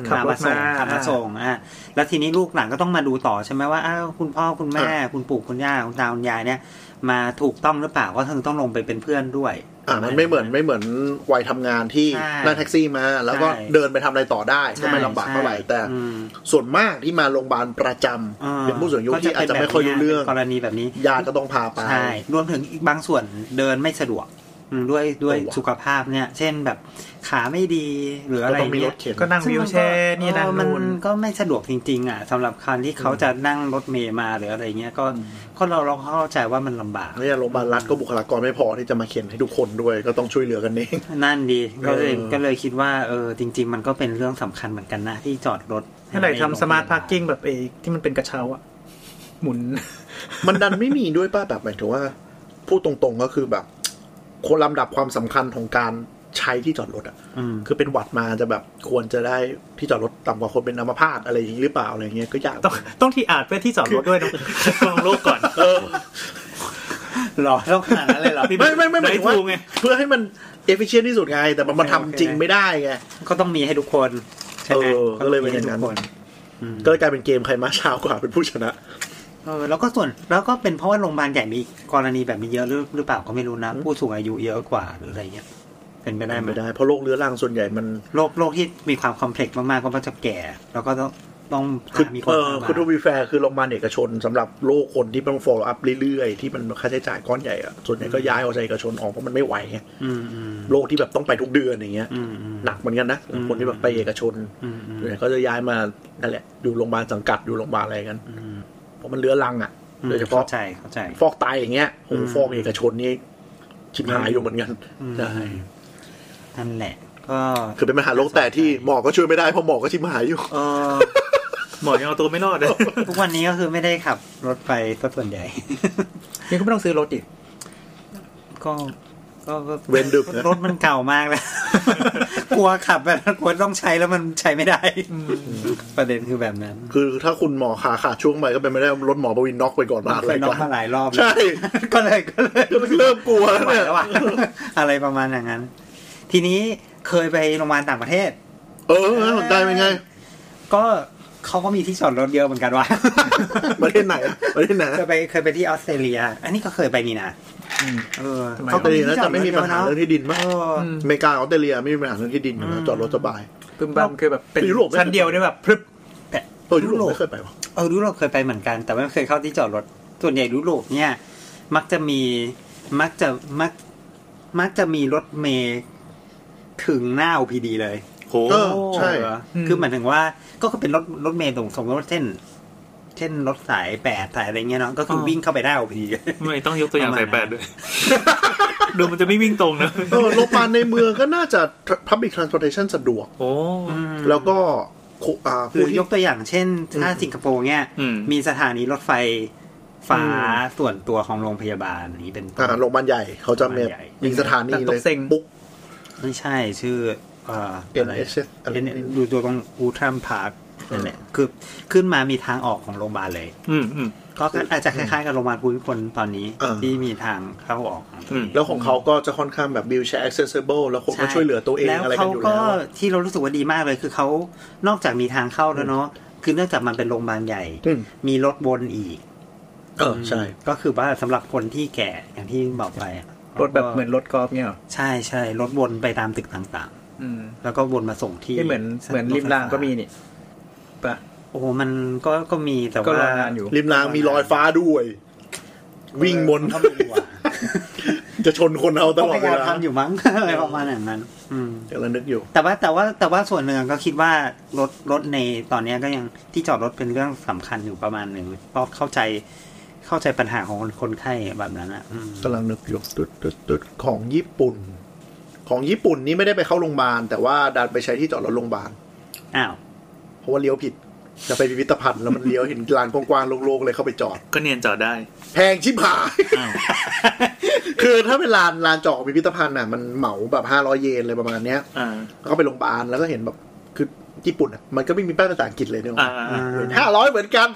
Speaker 4: ขับรถ
Speaker 3: ส่ง
Speaker 4: มา
Speaker 3: ขับมาส่งอ่ะแล้วทีนี้ลูกหลานก็ต้องมาดูต่อใช่ไหมว่าอ้าวคุณพ่อคุณแม่ คุณปู่คุณย่าคุณตาคุณยายเนี่ย มาถูกต้องหรือเปล่าก็ถึงต้องลงไปเป็นเพื่อนด้วย
Speaker 2: อ่ามันไม่เหมือนไม่เหมือนวัยทำงานที่
Speaker 3: ใช่
Speaker 2: นั่งแท็กซี่มา แล้วก็
Speaker 3: ใช่
Speaker 2: เดินไปทำอะไรต่อได้ก็ไม่ลำบาก
Speaker 3: ใช่
Speaker 2: เท่าไหร่แต่
Speaker 3: อืม
Speaker 2: ส่วนมากที่มาโรงพยาบาลประจำ
Speaker 3: อ่า
Speaker 2: เป็นผู้สูงอายุที่อาจจะไม่ค่อยรู้เรื่อง
Speaker 3: ก็จะป็นแบบนี้ป็นกรณีแบบนี้
Speaker 2: ญาติก็ต้องพาไป
Speaker 3: ใช่รวมถึงอีกบางส่วนเดินไม่สะดวกอืมด้วยด้วย
Speaker 2: เออว่ะ
Speaker 3: สุขภาพเนี่ย เช่นแบบขาไม่ดีหรือ
Speaker 2: ก็
Speaker 3: อะไร
Speaker 2: ต้องมีร
Speaker 3: เงี้
Speaker 2: ถ
Speaker 3: ย
Speaker 2: เข็น
Speaker 4: ก็นั่งวิวแชร์นี่นั่น
Speaker 3: เออมั
Speaker 4: นู่น
Speaker 3: ก็ไม่สะดวกจริงๆ อ่ะสำหรับการที่เขาจะนั่งรถเมล์มาหรืออะไรเงี้ยก็ก็เราเราเข้าใจว่ามันลำบาก
Speaker 2: เนี่ยโรงพยาบาลรัฐก็บุคลากรไม่พอที่จะมาเข็นให้ทุกคนด้วย ก็ต้องช่วยเหลือกันเอง
Speaker 3: นั่นดีก็เลย
Speaker 2: เออ
Speaker 3: ก็เลยคิดว่าเออจริง ๆ มันก็เป็นเรื่องสำคัญเหมือนกันนะที่จอดรถ
Speaker 4: เมื่อไหร่ทำสมาร์ทพาร์กิ้งแบบเอที่มันเป็นกระเช้าอะหมุน
Speaker 2: มันดันไม่มีด้วยป่ะแบบหมายถึงว่าพูดตรงๆก็คือแบบคนลำดับความสำคัญของการใช้ที่จอดรถอ่ะ
Speaker 3: อืม
Speaker 2: คือเป็นหวัดมาจะแบบควรจะได้ที่จอดรถต่ำกว่าคนเป็นอัมพาตอะไรอย่างนี้หรือเปล่าอะไรเงี้ยก็ยาก
Speaker 4: ต้องต้องที่อาจเพื่อที่จอดรถด้วยนะ
Speaker 5: คัดกรองโรคก่อนเออ
Speaker 3: หรอต้องขนาดนั้นเลยเหรอ
Speaker 2: ไม่ไม่ไม่หมายถึงว่า
Speaker 5: ถูกไง
Speaker 2: เพื่อให้มันเอฟฟิเชนที่สุดไง แต่มันมาทำ
Speaker 3: โอเค
Speaker 2: จริงไม่ได้ไง
Speaker 3: ก็ต้องมีให้ทุกคนใช่ไหม
Speaker 2: เออก็เลยเป็น
Speaker 3: มี
Speaker 2: อ
Speaker 3: ให้
Speaker 2: ย่าง
Speaker 3: ทุ
Speaker 2: นั้
Speaker 3: ก
Speaker 2: น
Speaker 3: คนอืม
Speaker 2: ก็เลยกลายเป็นเกมใครมาช้ากว่าเป็นผู้ชนะ
Speaker 3: เออแล้วก็ส่วนแล้วก็เป็นเพราะว่าโรงพยาบาลใหญ่มีกรณีแบบนี้เยอะหรือหรือเปล่าก็ไม่รู้นะผู้สูงอายุเยอะกว่าหรืออะไรเงี้ยเป็นไปได้ไหม
Speaker 2: ไม่ได้เพราะโรคเรื้อรังส่วนใหญ่มัน
Speaker 3: โรคโรคที่มีความคอมเพล็กซ์มากๆก็มักจะแก่ แล้วก็ต้อง ต้อง
Speaker 2: คือ
Speaker 3: หามีคน
Speaker 2: เออ
Speaker 3: ตามมา
Speaker 2: คือทูบีแฟร์คือโรงพยาบาลเอกชนสำหรับโรคคนที่มัน follow up เรื่อยๆ ที่มันค่าใช้จ่ายก้อนใหญ่อะส่วนใหญ่ก็ย้ายออกจากเอกชนออกเพราะมันไม่ไหวไง
Speaker 3: อืมอืม
Speaker 2: โรคที่แบบต้องไปทุกเดือนอย่างเงี้ย
Speaker 3: อืมอืม
Speaker 2: หนักเหมือนกันนะ
Speaker 3: อืม
Speaker 2: คนที่แบบไปเอกชน
Speaker 3: อืมอืม
Speaker 2: ส่วนใหญ่ก็จะย้ายมานั่นแหละ อยู่โรงพยาบาลสังกัดอยู่โรงพยาบาลอะไรกัน
Speaker 3: อืม
Speaker 2: เพราะมันเลื้อรังอ่ะโดยเฉพาะ
Speaker 3: ข้ใจเข้าใจ
Speaker 2: ฟอกไตอย่างเงี้ยโอ้โห
Speaker 3: อืม
Speaker 2: ฟอกเอกชนนี่ชิบหายอยู่เหมือนกันใช่
Speaker 3: นั่นแหละ ก็
Speaker 2: คือเป็นปัญหาโรคแต่ที่หมอก็ช่วยไม่ได้เพราะหมอก็ชิบหายอยู่
Speaker 3: เออ
Speaker 5: หมอยังเอาตัวไม่รอดเลย
Speaker 3: ทุกวันนี้ก็คือไม่ได้ขับรถไปซะส่วนใหญ่
Speaker 4: นี่ก็ไม่ต้องซื้อรถดิ
Speaker 3: ก็ก็ก็
Speaker 2: เว้นดึกนะ
Speaker 3: รถมันเก่ามาก แล้ว กลัวขับแบบกลัวต้องใช้แล้วมันใช้ไม่ได้ ประเด็นคือแบบนั้น
Speaker 2: คือถ้าคุณหมอขาขาดช่วงไปก็เป็นไปได้รถหมอประวินน็อกไปก่อนมาอะไร
Speaker 3: เคยน้
Speaker 2: ก่
Speaker 3: อ
Speaker 2: อง น
Speaker 3: มาหลายรอบแล้ว
Speaker 2: ใช่
Speaker 3: ก็เลยก็เลย
Speaker 2: เริ่มกลัวแล้ว
Speaker 3: ไม่ไหว
Speaker 2: เนี่ย
Speaker 3: แล้วอะ อะไรประมาณอย่างนั้น ทีนี้เคยไปโรงพยาบาลต่างประเทศ
Speaker 2: เออน่าสนใจเป็นไง
Speaker 3: ก็เขาก็มีที่จอดรถเยอะเหมือนกันว่ะ
Speaker 2: ประเทศไหนประเทศไหน
Speaker 3: เคยไปเคยไปที่ออสเตรเลีย อันนี้ก็เคยไปนี่นะเออ
Speaker 2: ทำไมออสเตรเลียน่าจะไม่มีปัญหาเรื่องที่ดินมั้ย
Speaker 3: เออ
Speaker 2: อเมริกาออสเตรเลียไม่มีปัญหาเรื่องที่ดินอยู่แล้วจอดรถสบาย
Speaker 4: ปึ้มบัมคือแบบเป็น
Speaker 2: ยุโรปไหม
Speaker 4: ชั้นเดียวเนี่ยแบบพรึบ
Speaker 2: เออยุ
Speaker 3: ยุ
Speaker 2: โร
Speaker 3: โร
Speaker 2: ป
Speaker 3: ป
Speaker 2: ไม่เคยไปวะ
Speaker 3: เออยุโรปเคยไปเหมือนกัน แต่ไม่เคยเข้าที่จอดรถ ส่วนใหญ่ยุโรปเนี่ย มักจะมีมักจะมัก มักจะมีรถเมย์ถึงหน้า OPD เลย
Speaker 5: โห
Speaker 2: เออใช่
Speaker 3: เอออ
Speaker 4: ม
Speaker 3: คือหมายถึงว่าก็คือเป็นรถรถเมล์ตรงสมมติว่าเช่น เช่นรถสายแปดสายอะไรเงี้ยเนาะก็คืออ
Speaker 5: อ
Speaker 3: วิ่งเข้าไปได้โอพี
Speaker 5: ไม่ต้องยกตัวอย่าง
Speaker 3: ประมาณ
Speaker 5: สายแปดด้วย ดูมันจะไม่วิ่งตรงนะ
Speaker 2: เออโรงพยาบาลในเมืองก็น่าจะ public transportation สะดวก
Speaker 5: โอ้
Speaker 2: แล้วก็คุอ่า
Speaker 3: หรื
Speaker 2: ผู้
Speaker 3: อ
Speaker 2: ที่
Speaker 3: ยกตัวอย่างเช่น ถ้าสิงคโปร์เนี่ย
Speaker 5: อืม
Speaker 3: มีสถานีรถไฟฟ้าส่วนตัวของโรงพยาบาลนี้เป็นต้น
Speaker 2: อ่าโรงพยาบาลใหญ่เขาจะมี
Speaker 3: โรงพยาบาลใหญ่
Speaker 2: มีสถานี
Speaker 4: แต่ต
Speaker 2: เล
Speaker 4: ก
Speaker 2: ย
Speaker 4: เซ็ง
Speaker 2: ปุ๊ก
Speaker 3: ไม่ใช่ชื่อเอ่ออะไร
Speaker 2: NHS อะไร
Speaker 3: N- ดูตัวตรงอูทรัมพาร์คนั่นแหละคือขึ้นมามีทางออกของโรงพยาบาลเลย
Speaker 5: อืมอืม
Speaker 3: ก็อาจจะคล้ายๆกับโรงพยาบาลภูมิพลตอนนี้
Speaker 2: เออ
Speaker 3: ที่มีทางเข้าออกของตัวเอง
Speaker 5: อืม
Speaker 2: แล้วของเขาก็จะค่อนข้างแบบ wheelchair accessible แล้วคนก็ช่วยเหลือตัวเองอะไรกันอยู่แล้วอะ
Speaker 3: แล้วเขาก็ที่เรารู้สึกว่าดีมากเลยคือเขานอกจากมีทางเข้าแล้วเนาะคือเนื่องจากมันเป็นโรงพยาบาลใหญ่
Speaker 2: อืม
Speaker 3: มีรถวนอีก
Speaker 2: เออใช่
Speaker 3: ก็คือว่าสำหรับคนที่แก่อย่างที่บอกไปอะ
Speaker 4: รถแบบเหมือนรถกอล์ฟเนี่ยเหรอ
Speaker 3: ใช่ใช่รถวนไปตามตึกต่าง
Speaker 4: อืม
Speaker 3: ๆ แล้วก็วนมาส่งที่
Speaker 4: ที่เหมือนเหมือนริมรางก็มีนี่ปะ
Speaker 3: โอ้โหมันก็ก็มีแต่
Speaker 4: ก็ร
Speaker 3: ว่า
Speaker 4: อนานอยู่
Speaker 2: ริมรางมีรอยฟ้าด้วย วิ่งบน
Speaker 3: เออก็ไม่รู้อะ
Speaker 2: จะชนคนเอาต
Speaker 3: ก็
Speaker 2: ลอด
Speaker 3: พ
Speaker 2: เวย
Speaker 3: ยาาม
Speaker 2: ลา
Speaker 3: ทำอยู่มั้ง อะไรประมาณอย่างนั้น อืม
Speaker 2: กำลังนึกอยู่
Speaker 3: แต่ว่าแต่ว่าแต่ว่าส่วนหนึ่งก็คิดว่ารถรถในตอนเนี้ยก็ยังที่จอดรถเป็นเรื่องสำคัญอยู่ประมาณหนึ่งเพราะเข้าใจเข้าใจปัญหาของคนไข้แบบนั้นอ่ะอืม
Speaker 2: กำลังนึกอยู่ตุดตุดตุดของญี่ปุ่น ของญี่ปุ่นนี่ไม่ได้ไปเข้าโรงพยาบาล แต่ว่าดันไปใช้ที่จอดรถโรงพยาบาล
Speaker 3: อ้าว
Speaker 2: เพราะว่าเลี้ยวผิด จะไปพิพิธภัณฑ์แล้วมันเลี้ยวเห็นลานกว้างๆโล่งๆเลยเข้าไปจอด
Speaker 5: ก็เนียนจอดได้
Speaker 2: แพงชิบหาย
Speaker 5: อ้าว
Speaker 2: คือถ้าเป็นลานลานจอดของพิพิธภัณฑ์น่ะมันเหมาแบบห้าร้อยเยนเลยประมาณเนี้ย
Speaker 5: อ่า
Speaker 2: แล้วก็ไปโรงพยาบาลแล้วก็เห็นแบบคือญี่ปุ่นอ่ะมันก็ไม่มีป้ายภาษาอังกฤษเลยเน
Speaker 5: อ่า
Speaker 2: อะ
Speaker 5: อ่า
Speaker 3: อ่า
Speaker 2: ห้าร้อยเหมือนกัน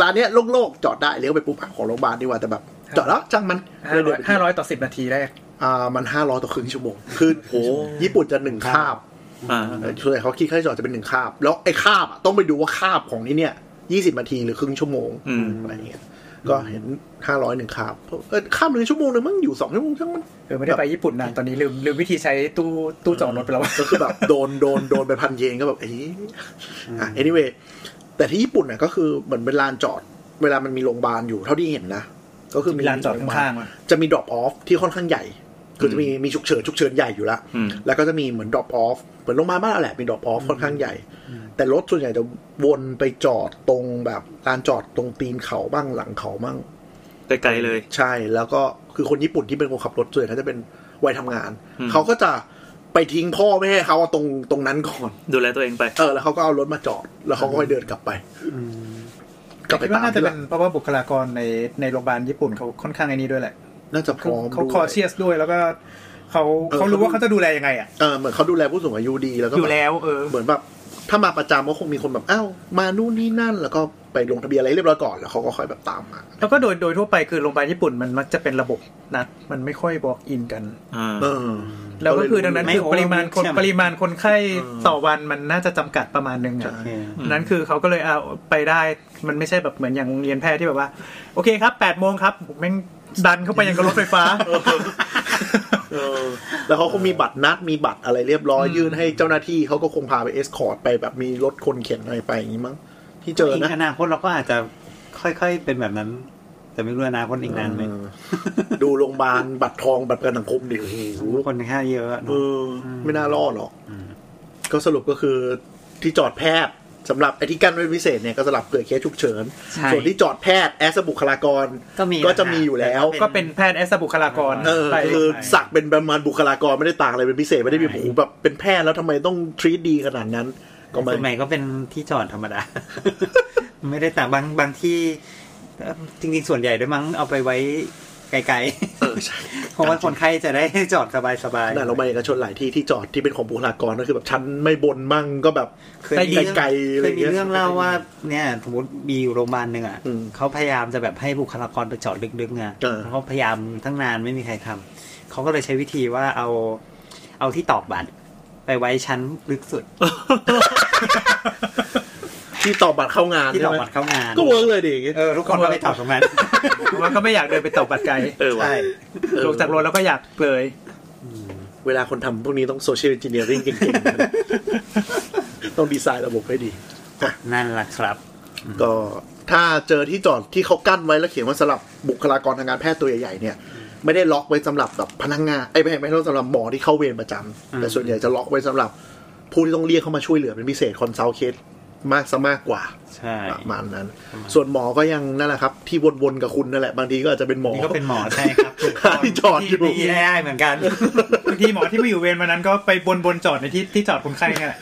Speaker 2: ร้านเนี้ยโล่งๆจอดได้เลี้ยวไปปุ๊บอ่ะของโรงพยาบาลดีกว่าแต่แบบจอดแล้วจ้างมัน
Speaker 4: ห้าร้อยห้าร้อยต่อสิบนาทีแรก
Speaker 2: อ่ามันห้าร้อยต่อครึ่งชั่วโมงคือ
Speaker 5: โอ้
Speaker 2: ญี่ปุ่นจะหนึ่งคาบ
Speaker 5: อ่า
Speaker 2: ส่วนใหญ่เขาคิดค่าใช้จ่ายจะเป็นหนึ่งคาบ แล้วไอ้คาบอะต้องไปดูว่าคาบของนี่เนี่ยยี่สิบนาทีหรือครึ่งชั่วโมง
Speaker 5: อืม
Speaker 2: อะไรเงี้ยก็เห็นห้าร้อยหนึ่งคาบเออคาบหนึ่งชั่วโมงหนึงมั้งอยู่สองชั่วโมงช่างมัน
Speaker 4: เออไม่ได้ไปญี่ปุ่นนานตอนนี้ลืมลืมวิธีใช้ตู้ตู้จอดรถไปแล้ว
Speaker 2: ก็คือแบบ โดนโดนโดนไปพันเยนก็แบบเอ้ยอ่ะ anyway แต่ที่ญี่ปุ่นน่ะก็คือเหมือนเป็นลานจอด เวลามันมีโรงพยาบาลอยู่เท่าที่เห็นนะ ก็คือมี
Speaker 4: ลานจอดข้างๆอะ
Speaker 2: จะมี drop off ที่ค่อนข้างใหญ่ คือจะมีมีฉุกเฉินฉุกเฉินใหญ่อยู่ละ
Speaker 5: อืม
Speaker 2: แล้วก็จะมีเหมือน drop off เหมือนโรงพยาบาลบ้านเราแหละมี drop off ค่อนข้างใหญ่ แต่รถส่วนใหญ่จะวนไปจอดตรงแบบลานจอดตรงตีนเขาบ้างหลังเขาบ้าง
Speaker 5: ไกลๆเลย
Speaker 2: ใช่แล้วก็คือคนญี่ปุ่นที่เป็นคนขับรถส่วนใหญ่เขาจะเป็นวัยทำงาน
Speaker 5: อืม
Speaker 2: เขาก็จะไปทิ้งพ่อแม่เขาอะตรงตรงนั้นก่อน
Speaker 5: ดูแลตัวเองไป
Speaker 2: เออแล้วเขาก็เอารถมาจอด แล้วเขาก็ค่อยเดินกลับไป
Speaker 3: อืม
Speaker 2: กลับไป
Speaker 4: คิด
Speaker 2: ตา
Speaker 4: ว่า
Speaker 2: ม
Speaker 4: น่าจะ
Speaker 2: ที่ห
Speaker 4: เป็
Speaker 2: ลั
Speaker 4: น
Speaker 2: ง
Speaker 4: เพราะว่าบุคลากรในในโรงพยาบาลญี่ปุ่นเขาค่อนข้างไอ้นี่ด้วยแหละ
Speaker 2: น่าจะพ
Speaker 4: เขา
Speaker 2: ร้อม
Speaker 4: เขา
Speaker 2: ด้วย
Speaker 4: คอเชียสด้วยแล้วก็เขา
Speaker 2: เออ
Speaker 4: เขารู้ว่าเขาจะดูแลยังไงอ่ะ
Speaker 2: เออเหมือนเขาดูแลผู้สูงอายุดีแล้วก็
Speaker 4: อ
Speaker 2: แบบ
Speaker 4: ยู่แล้วเออ
Speaker 2: เหมือนแบบถ้ามาประจำก็คงมีคนแบบอ้าวมานู่นนี่นั่น แล้วก็ไปลงทะเบียนอะไรเรียบร้อยก่อนแล้วเขาก็ค่อยแบบตามมา
Speaker 4: แล้วก็โดยโดยทั่วไปคือโรงพยาบาลญี่ปุ่นมันมักจะเป็นระบบนัดมันไม่ค่อยบอกอินกัน
Speaker 5: อ่า
Speaker 2: เออ
Speaker 4: แล้วก็คือดังนั้น
Speaker 2: ไม่
Speaker 4: คือปริมาณคน
Speaker 3: ใช่ไหม
Speaker 4: ปริมาณคนไข้ต่อวันมันน่าจะจำกัดประมาณนึงอ่ะ
Speaker 2: ใช่
Speaker 3: โอเค
Speaker 5: อืม
Speaker 4: นั้นคือเขาก็เลยเอาไปได้มันไม่ใช่แบบเหมือนอย่างโรงเรียนแพทย์ที่แบบว่า โอเคครับแปดโมงครับผมแม่งดันเข้าไปยังกับรถไฟฟ้า
Speaker 2: เออแล้วเขาก็มีบัตรนัดมีบัตรอะไรเรียบร้อยยื่นให้เจ้าหน้าที่เขาก็คงพาไปเอสคอร์ตไปแบบมีรถคนเข็นอะไรไปอย่างนี้มั้งที่เจอ
Speaker 3: อี
Speaker 2: นะ
Speaker 3: กอนาคตเราก็อาจจะค่อยๆเป็นแบบนั้น แต่ไม่รู้อนาคตอีกนานไหม
Speaker 2: เออดูโรงพยาบาลบัตรทองบัตรประกันสังคมดิโอ้โห
Speaker 3: คนค่าเยอะ
Speaker 2: เอ
Speaker 3: เนอะ
Speaker 2: อไม่น่ารอดหรอก ก็สรุปก็คือที่จอดแพทย์สำหรับไอ้ที่กั้นไว้พิเศษเนี่ยก็สำหรับเกิดเคสฉุกเฉิน
Speaker 3: ใช่
Speaker 2: ส่วนที่จอดแพทย์แอสบุคลากร
Speaker 3: ก็มี
Speaker 2: ก็จะมีอยู่แล้ว
Speaker 4: ก็เป็นแพทย์แอสบุคลากร
Speaker 2: เออ
Speaker 4: ไป
Speaker 2: คือสักเป็นประมาณบุคลากรไม่ได้ต่างอะไรเป็นพิเศษไม่ได้มีโอ้โหแบบเป็นแพทย์แล้วทำไมต้องทรีดีขนาดนั้น ก็ไม่
Speaker 3: ส่วนใหม่ก็เป็นที่จอดธรรมดา ไม่ได้ต่างบางบางที่เอ่อจริงๆส่วนใหญ่ด้วยมั้งเอาไปไว้ไกล
Speaker 2: เออใช่
Speaker 3: ๆ เพราะว่าคนไข้จะได้จอดสบาย
Speaker 2: แต่เราไปเอกชนหลายที่ที่จอดที่เป็นของบุคลากรก็คือแบบชั้นไม่บนมั่งก็แบบ
Speaker 3: ๆเคยมี
Speaker 2: ไกลๆอะไรอย ย่า
Speaker 3: เค
Speaker 2: ง
Speaker 3: มี
Speaker 2: เงี้ย
Speaker 3: เรื่องเล่าว่า เนี่ยสมมติมีอยู่โรงพยาบาลหนึ่งอ่ะ
Speaker 2: อืม
Speaker 3: เขาพยายามจะแบบให้บุคลากรไปจอดดึกๆไง
Speaker 2: เออ
Speaker 3: เขาพยายามทั้งนานไม่มีใครทำเขาก็เลยใช้วิธีว่าเอาเอาที่ตอกบัตรไปไว้ชั้นลึกสุด
Speaker 2: ที่ต่อบัตรเข้างาน
Speaker 3: ที่ต
Speaker 2: ใช่
Speaker 3: อก
Speaker 2: ไหม
Speaker 3: บัตรเข้างาน
Speaker 2: ก็เวิร์กเลยดิอย่างเงี้ย
Speaker 3: เออทุกคนก็ไปตอกตรงนั้น
Speaker 4: ผมว่าก็ไม่อยากเดินไปตบบัตรไกล
Speaker 5: เออว่ะ
Speaker 3: ใช่
Speaker 4: ลงจากรถแล้วก็อยากเลย
Speaker 2: เวลาคนทำพวกนี้ต้องโซเชียลเอนจิเนียริ่งเก่งๆ ต้องดีไซน์ระบบให้ดี
Speaker 3: นั่นแหละครับ
Speaker 2: ก็ถ้าเจอที่จอดที่เขากั้นไว้แล้วเขียนว่าสำหรับบุคลากรทางการแพทย์ตัวใหญ่ๆเนี่ย ไม่ได้ล็อกไว้สำหรับแบบพนักงานไอ้ยไม่ใช่ไม่ใช่สำหรับหมอที่เข้าเวรประจำแต่ส่วนใหญ่จะล็อกไว้สำหรับ ผู้ที่ต้องเรียกเข้ามาช่วยเหลือเป็นพิเศษคอนซัลเคสมากซะมากกว่า
Speaker 3: ใช่
Speaker 2: ประมาณนั้น ส่วนหมอก็ยังนั่นแหละครับ ที่วนๆกับคุณนั่นแหละบางทีก็อาจจะเป็นหมอ
Speaker 3: นี่ก็เป็นหมอใช่ครับ
Speaker 2: หาที่จอดอยู่
Speaker 3: ที่ที่ง่ายๆเหมือนกัน
Speaker 4: บางทีหมอที่ไม่อยู่เวรวันนั้นก็ไปบนบนๆจอดในที่ที่จอดคนไข้เนี่ยแหละ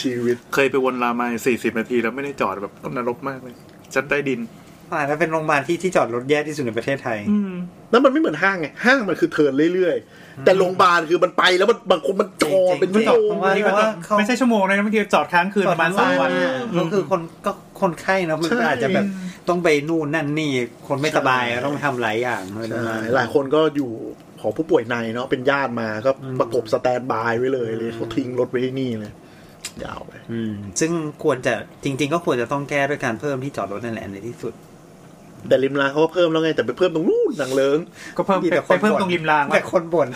Speaker 2: ชีวิต
Speaker 5: เคยไปวนรามาสี่สิบนาทีแล้วไม่ได้จอดแบบต้นนรกมากเลยชั้นใต้ดิน
Speaker 3: อ่าแล้วเป็นโรงพยาบาลที่ที่จอดรถแย่ที่สุดในประเทศไทย
Speaker 2: แล้วมันไม่เหมือนห้างไงห้างมันคือเทิร์นเรื่อยๆ แต่โรงพยาบาลคือมันไปแล้วมันบางคนมันจอดเป็น
Speaker 3: จริ
Speaker 2: ชั่
Speaker 3: ง
Speaker 2: ว
Speaker 3: ๆ
Speaker 2: โมง
Speaker 3: เพราะว่า
Speaker 4: นี่ก็จอด
Speaker 3: เขา
Speaker 4: ไม่ใช่ชั่วโมงเลยนะบางทีจอดค้างคืนประมาณสามวัน
Speaker 3: ก็คือคนก็คนไข้เนอะมัน
Speaker 2: ใช่
Speaker 3: อาจจะแบบต้องไปนู่นนั่นนี่ คนไม่สบายอะต้องทำหลายอย่างเลยนะ
Speaker 2: ใช่หลายคนก็อยู่ของผู้ป่วยในเนาะเป็นญาติมาก็ประกบสแตนด์บายไว้เลยเลยเขาทิ้งรถไว้ที่นี่เลยยาวเลย
Speaker 3: อืมซึ่งควรจะจริง ๆ ก็ควรจะต้องแก้ด้วยการเพิ่มที่จอดรถนั่นแหละในที่สุด
Speaker 2: แต่ริมลางเขาก็เพิ่มแล้วไง แต่ไปเพิ่มตรงนู้นดังเลิง
Speaker 4: ก็เพิ่ม
Speaker 3: มีแต่คน
Speaker 4: ไปเพิ่มตรงริมราง
Speaker 3: แต่
Speaker 4: ว่า
Speaker 3: คนบ่น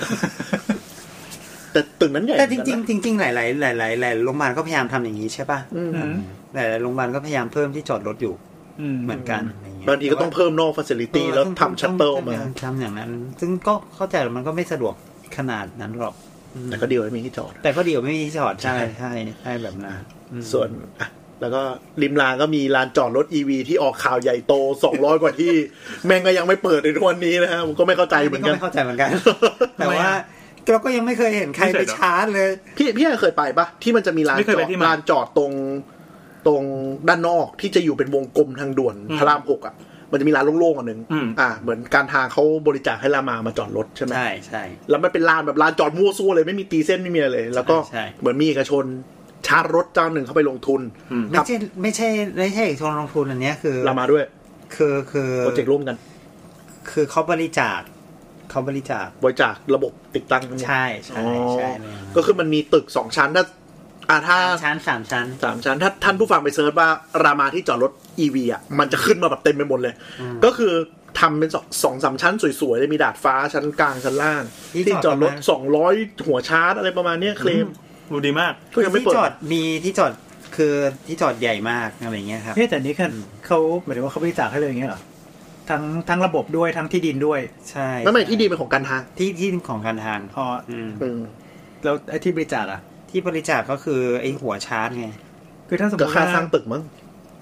Speaker 2: แต่ตึกนั้นใหญ่
Speaker 3: แต่จริง
Speaker 2: เหมือนกันนะ
Speaker 3: ๆจริงๆหลายๆหลายๆหลายๆโรงพยาบาลก็พยายามทำอย่างนี้ใช่ป่ะ
Speaker 2: อืม
Speaker 4: อืม
Speaker 3: หลายๆโรงพยาบาลก็พยายามเพิ่มที่จอดรถอยู่
Speaker 4: อืม
Speaker 3: เหมือนกันอะไรเย
Speaker 2: บางทีก็ต้องเพิ่มนอกฟัซิลิตี้แล้วทำชัตเตอร์มา
Speaker 3: ทำอย่างนั้น ซึ่งก็เข้าใจว่ามันก็ไม่สะดวกขนาดนั้นหรอกอืม
Speaker 2: แต่ก็เดียวไม่มีที่จอด
Speaker 3: แต่ก็เดียวาไม่มีที่จอดใช่ใช่ใช่แบบนั้นอืม
Speaker 2: ส่วนอ่ะแล้วก็ริมลางก็มีลานจอดรถ EV ที่ออกข่าวใหญ่โต 200 กว่า ที่ แม่งก็ยังไม่เปิดในทุกวันนี้นะฮะผมก็ไม่เข้าใจเหมือนกัน
Speaker 3: ไม่เข้าใจเหมือนกัน แต่ว่าเราก็ยังไม่เคยเห็นใคร
Speaker 5: ไม่
Speaker 3: ไป
Speaker 5: เคยเหรอ
Speaker 3: ชาร์จเลย
Speaker 2: พี่พี่เคยไปปะที่มันจะมีลาน
Speaker 5: ไม่เค
Speaker 2: จ
Speaker 5: ย
Speaker 2: อ
Speaker 5: ไป
Speaker 2: ด
Speaker 5: ที่มัน
Speaker 2: ลานจอดตรงตรงด้านนอกที่จะอยู่เป็นวงกลมทางด่วน
Speaker 5: อืม
Speaker 2: พระรามหกอ่ะ มันจะมีลานโล่งๆอันหนึ่ง
Speaker 5: อืม
Speaker 2: อ่า เหมือนการทางเขาบริจาคให้รามามาจอดรถใช่ไหม
Speaker 3: ใช่ใช่
Speaker 2: แล้วมันเป็นลานแบบลานจอดมั่วซั่วเลยไม่มีตีเส้นไม่มีอะไรเลย แล้วก็
Speaker 3: ใช่ใช่
Speaker 2: เหมือนมีเอกชนชาร์จรถเจ้าหนึ่งเข้าไปลงทุน
Speaker 3: ไม่ใช่ไม่ใช่ไม่ใช่เอกชนลงทุนอันเนี้ยคือ
Speaker 2: รามาด้วย
Speaker 3: คือคือ
Speaker 2: โปรเจกต์ร่วมกัน
Speaker 3: คือเขาบริจาคเขาบริจาค
Speaker 2: บริจาคระบบติดตั้งทั้งหมด
Speaker 3: ใช่ใช่
Speaker 2: อ๋อ
Speaker 3: ใช่
Speaker 2: ก็คือมันมีตึกสองชั้นถ้าอ่าถ้า
Speaker 3: สามชั้นสามชั้น
Speaker 2: สามชั้นถ้าท่านผู้ฟังไปเซิร์ชว่ารามาที่จอดรถ e ีวีอ่ะมันจะขึ้นมาแบบเต็มไปหมดเลย ก็คือทำเป็นสองสองสามชั้นสวยๆเลยมีดาดฟ้าชั้นกลางชั้นล่าง
Speaker 3: ที่
Speaker 2: ที่จ
Speaker 3: จ
Speaker 2: อ
Speaker 3: อ
Speaker 2: ดร
Speaker 3: ดร
Speaker 2: ถ
Speaker 3: ถ
Speaker 2: สองร้อยหัวชาร์จอะไรประมาณเนี้ยเคลม
Speaker 5: ดูดีมาก
Speaker 2: ก็ยังไม่
Speaker 3: ที่
Speaker 2: เปิด
Speaker 3: จอดมีที่จอดคือที่จอดใหญ่มากอะไรเงี้ยครับ
Speaker 4: เฮ้ยแต่นี่คือเขาหมายถึงว่าเขาบริจาคให้เลยอย่างเงี้ยเหรอทั้งทั้งระบบด้วยทั้งที่ดินด้วย
Speaker 3: ใช่
Speaker 2: ไม่ไม่ที่ดีเป็นของการทาง
Speaker 3: ที่ที่ของการทาง
Speaker 4: อ๋อ
Speaker 3: อืม
Speaker 2: อืม
Speaker 4: แล้วไอ้ที่บริจาคอะ
Speaker 3: ที่บริจาคก็คือไอ้หัวชาร์จไง
Speaker 4: คือถ้าสมม
Speaker 2: ก็
Speaker 4: ติ
Speaker 2: ค่า
Speaker 4: ว่า
Speaker 2: สร้างตึกมั้ง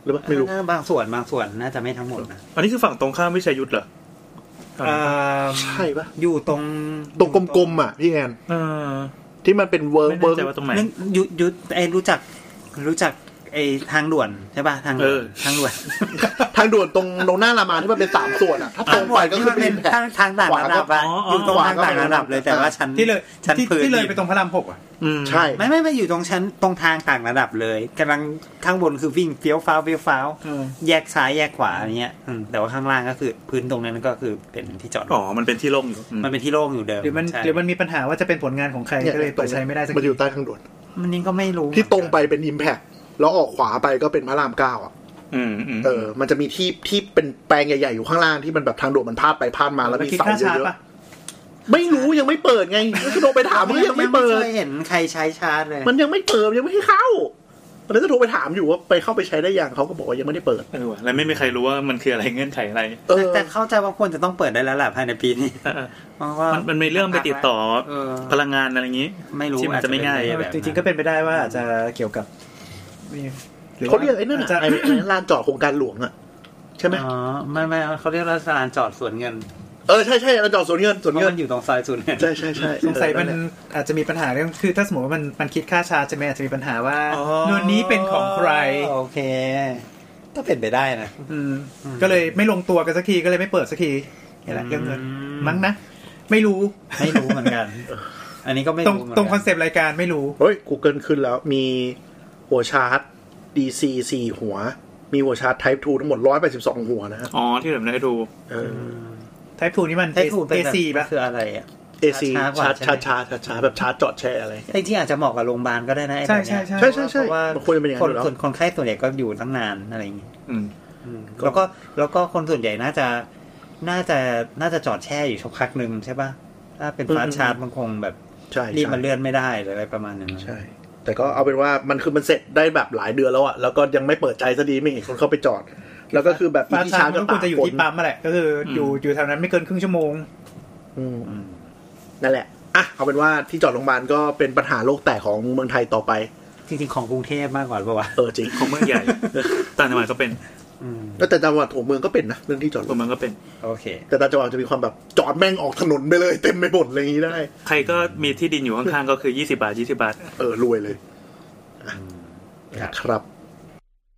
Speaker 2: หรือว่าไม่รู้
Speaker 3: น่าบางส่วนบางส่วนน่าจะไม่ทั้งหมดนะ
Speaker 5: อันนี้คือฝั่งตรงข้ามวิชัยยุทธเหรอ
Speaker 3: เอ่อ
Speaker 2: ใช่ปะ
Speaker 3: อยู่ตรง
Speaker 2: ตรงกลมๆอ่ะพี่แอน
Speaker 5: เออ
Speaker 2: ที่มันเป็นเวิร์ก
Speaker 5: ไม่
Speaker 2: เวิร์ก
Speaker 5: แน่ใจว่าตรงไหน
Speaker 3: นึกยุยุไอ้รู้จักรู้จักไอ้ทางด่วนใช่ป่ะทางด่วน
Speaker 5: เออ
Speaker 3: ทางด่วน
Speaker 2: ทางด่วนตรงตรงหน้ารามาที่มันเป็นสามส่วนอ่ะถ้าตรงไปก็คือ
Speaker 3: ที่มันเป็น
Speaker 2: แผ่น
Speaker 3: ทางทางต่างระดับอะอ
Speaker 5: ขวาก็
Speaker 3: ยู่ตรงทาง
Speaker 2: ขวาก็
Speaker 3: ต่างระดับเลยแต่ว่าชั้น
Speaker 4: ที่เลย
Speaker 3: ชั้น
Speaker 4: ที่
Speaker 3: พื้น
Speaker 4: ที่เลยไปตรงพระรามหกอะ
Speaker 5: อืม
Speaker 2: ใช่
Speaker 3: ไม่ไม่ไม่อยู่ตรงชั้นตรงทางต่างระดับเลยกำลังข้างบนคือวิ่งเฟี้ยวฟ้าวเฟี้ยวฟ้าว
Speaker 4: เออ
Speaker 3: แยกซ้ายแยกขวาอะไรเงี้ยอืมแต่ว่าข้างล่างก็คือพื้นตรงนั้นก็คือเป็นที่จอดรถ
Speaker 5: อ๋อมันเป็นที่โล่งอยู่อืม
Speaker 3: มันเป็นที่โล่งอยู่เดิม
Speaker 4: หรือมัน
Speaker 3: ใช่
Speaker 4: หรือมันมีปัญหาว่าจะเป็นผลงานของใคร
Speaker 2: นี่
Speaker 4: ก็เลยเปิดใช้ไม่ได้สัก
Speaker 2: มันอ
Speaker 4: ที
Speaker 2: ยู่ใต้ทางด่วน
Speaker 3: มันนี่ก็ไม่รู้
Speaker 2: ที่ตรงไปเป็นอิมแพคแล้วออกขวาไปก็เป็นพระรามเก้าอ่ะ
Speaker 5: อืมอืม
Speaker 2: เออ มันจะมีที่ที่เป็นแปลงใหญ่ๆอยู่ข้างล่างที่มันแบบทางด่วนมันพาดไปพาดมาแล้ว
Speaker 4: มัน
Speaker 2: มี
Speaker 4: คิด
Speaker 2: เสา
Speaker 4: ค่า
Speaker 2: เย
Speaker 4: ชาร์จ
Speaker 2: อะ
Speaker 4: ปะ
Speaker 2: ไม่รู้ยังไม่เปิดไงก็โทรไปถามมันก็ยังไม่เปิด
Speaker 3: คยเห็นใครใช้ชาร์จเลย
Speaker 2: มันยังไม่เปิดยังไม่ให้เข้าแล้วจะโทรไปถามอยู่ว่าไปเข้าไปใช้ได้ยังเขาก็บอกว่ายังไม่ได้เปิด
Speaker 5: เออว่ะแล้วไม่มีใครรู้ว่ามันคืออะไรเงื่อนไขอะไร
Speaker 2: เอ
Speaker 3: แต่
Speaker 2: อ
Speaker 3: แต่เข้าใจว่าควรจะต้องเปิดได้แล้วแหละภายในปีนี้
Speaker 5: เออเออ
Speaker 3: เพราะว่า
Speaker 5: มันมันมีเรื่องไปติดต่อ
Speaker 3: เออ
Speaker 5: พลังงานอะไรอย่างนี้
Speaker 3: ไม่รู้
Speaker 5: ที่มันจะไม่ง่าย
Speaker 3: อจจะเป็นแบบ
Speaker 4: จ
Speaker 3: นั้น
Speaker 4: ริงๆก็เป็นไปได้ว่าอาจจะเกี่ยวกับนี่หว่
Speaker 2: เขาเรียกไอ้นั่นอะ
Speaker 4: าจจะ
Speaker 2: ไอ้ไอ้ลานจอดโครงการหลวงอะใช่ไหม
Speaker 3: อ๋อไม่ไม่เขาเรียกว่าสถานจอดสวนเงิน
Speaker 2: เออใช่ใช่ลานจอดสวนเงินสวน
Speaker 3: เพ
Speaker 2: เงิน
Speaker 3: ราะมันอยู่ตรงซอยสวนเงิน
Speaker 2: ใช่ใช่ใช่
Speaker 4: สงสัยมัน
Speaker 2: เออแหละ
Speaker 4: อาจจะมีปัญหาเรื่องคือถ้าสมมติว่ามันมันคิดค่าชาร์จใช่ไหมอาจจะมีปัญหาว่า
Speaker 5: อ๋อ
Speaker 4: นวลนี้เป็นของใคร
Speaker 3: โอเคต้องเป็นไปได้นะ
Speaker 4: อืมก็เลยไม่ลงตัวกันสักทีก็เลยไม่เปิดสักทีนี่แหละเรื่องเงินมั้งนะ ไม่รู้
Speaker 3: ไม่รู้เหมือนกัน อันนี้ก็ไม่
Speaker 4: ตรง
Speaker 3: รู้เหมือน
Speaker 4: ตรงค
Speaker 3: กั
Speaker 4: อน
Speaker 3: น
Speaker 4: เซปต์รายการไม่รู้
Speaker 2: เฮ้ย Google ขึ้นแล้วมีหัวชาร์จ DC สี่หัว มีหัวชาร์จ Type 2 ทั้งหมด182หัวนะฮะ
Speaker 5: อ๋อที่ผมได้ดู
Speaker 2: เออ
Speaker 4: ไทป์ทูนี่มัน
Speaker 3: ไอ้ถูกเป็น
Speaker 4: AC
Speaker 3: แบบ
Speaker 4: ป่ะ
Speaker 3: คืออะไรอ่ะ
Speaker 2: AC
Speaker 3: ช้า
Speaker 2: ชาก
Speaker 3: ว่า
Speaker 2: ร์จ
Speaker 3: ใช่
Speaker 2: ชาร์
Speaker 3: ไหม
Speaker 2: จชาร์จชาร์จแบบชาร์จเจาะแชร์อะไร
Speaker 3: ไอ้ที่อาจจะเหมาะกับโรงพยาบาลก็ได้นะไอ้
Speaker 4: ใช่
Speaker 3: แบบเนี้ย
Speaker 4: ใช่ใช่
Speaker 2: ใช่ใช่ใช่
Speaker 3: เพราะว่า
Speaker 2: มันควรจะเป็นอย่าง
Speaker 3: ค
Speaker 2: นั้น
Speaker 3: น
Speaker 2: อยู่แล้ว
Speaker 3: คนคนไข้ส่วนใหญ่ก็อยู่ตั้งนานอะไรอย่างงี้
Speaker 5: อืม
Speaker 3: อืมแล้วก็แล้วก็คนส่วนใหญ่น่าจะน่าจะน่าจะจอดแช่อยู่สักพักหนึ่งใช่ป่ะถ้าเป็นฟาสต์ชาร์จมันคงแบบ
Speaker 2: ใช่
Speaker 3: รีบ
Speaker 2: ใช่
Speaker 3: มันเลื่อนไม่ได้หรืออะไรประมาณนั้นนะ
Speaker 2: ใช่ แต่ก็เอาเป็นว่ามันคือมันเสร็จได้แบบหลายเดือนแล้วอะแล้วก็ยังไม่เปิดใจซะดีไม่เห็นคนเข้าไปจอด แล้วก็คือแบบ
Speaker 4: ฟาชาร์จมันก็ควรจะอยู่ที่
Speaker 2: ฝน
Speaker 4: ปั๊มมาแหละก็คืออ
Speaker 5: ม
Speaker 4: อยู่อยู่แถวนั้นไม่เกินครึ่งชั่วโมง
Speaker 2: อืม
Speaker 3: อืม
Speaker 2: นั่นแหละ อ่ะ เอาเป็นว่าที่จอดโรงพยาบาลก็เป็นปัญหาโลกแตกของเมืองไทยต่อไป
Speaker 3: จริงๆของกรุงเทพมากกว่าหรือเปล่าวะ
Speaker 2: เออจริง
Speaker 5: ของเมืองใหญ่ต่างจังหวัดก็เป็น
Speaker 3: อืม
Speaker 2: แล้วแต่จังหวัดหัวเมืองก็เป็นนะเรื่องที่จอดร
Speaker 5: ตั
Speaker 2: ถ
Speaker 5: วเมืองก็เป็น
Speaker 3: โอเค
Speaker 2: แต่ต่างจังหวัดจะมีความแบบจอดแม่งออกถนนไปเลยเต็มไปหมดอะไรอย่างนี้ได้
Speaker 5: ใครก็มีที่ดินอยู่ข้างๆก็คือ 20 บาท 20 บาท
Speaker 2: เออรวยเลยอ่ะ
Speaker 3: ครับ
Speaker 2: ครับ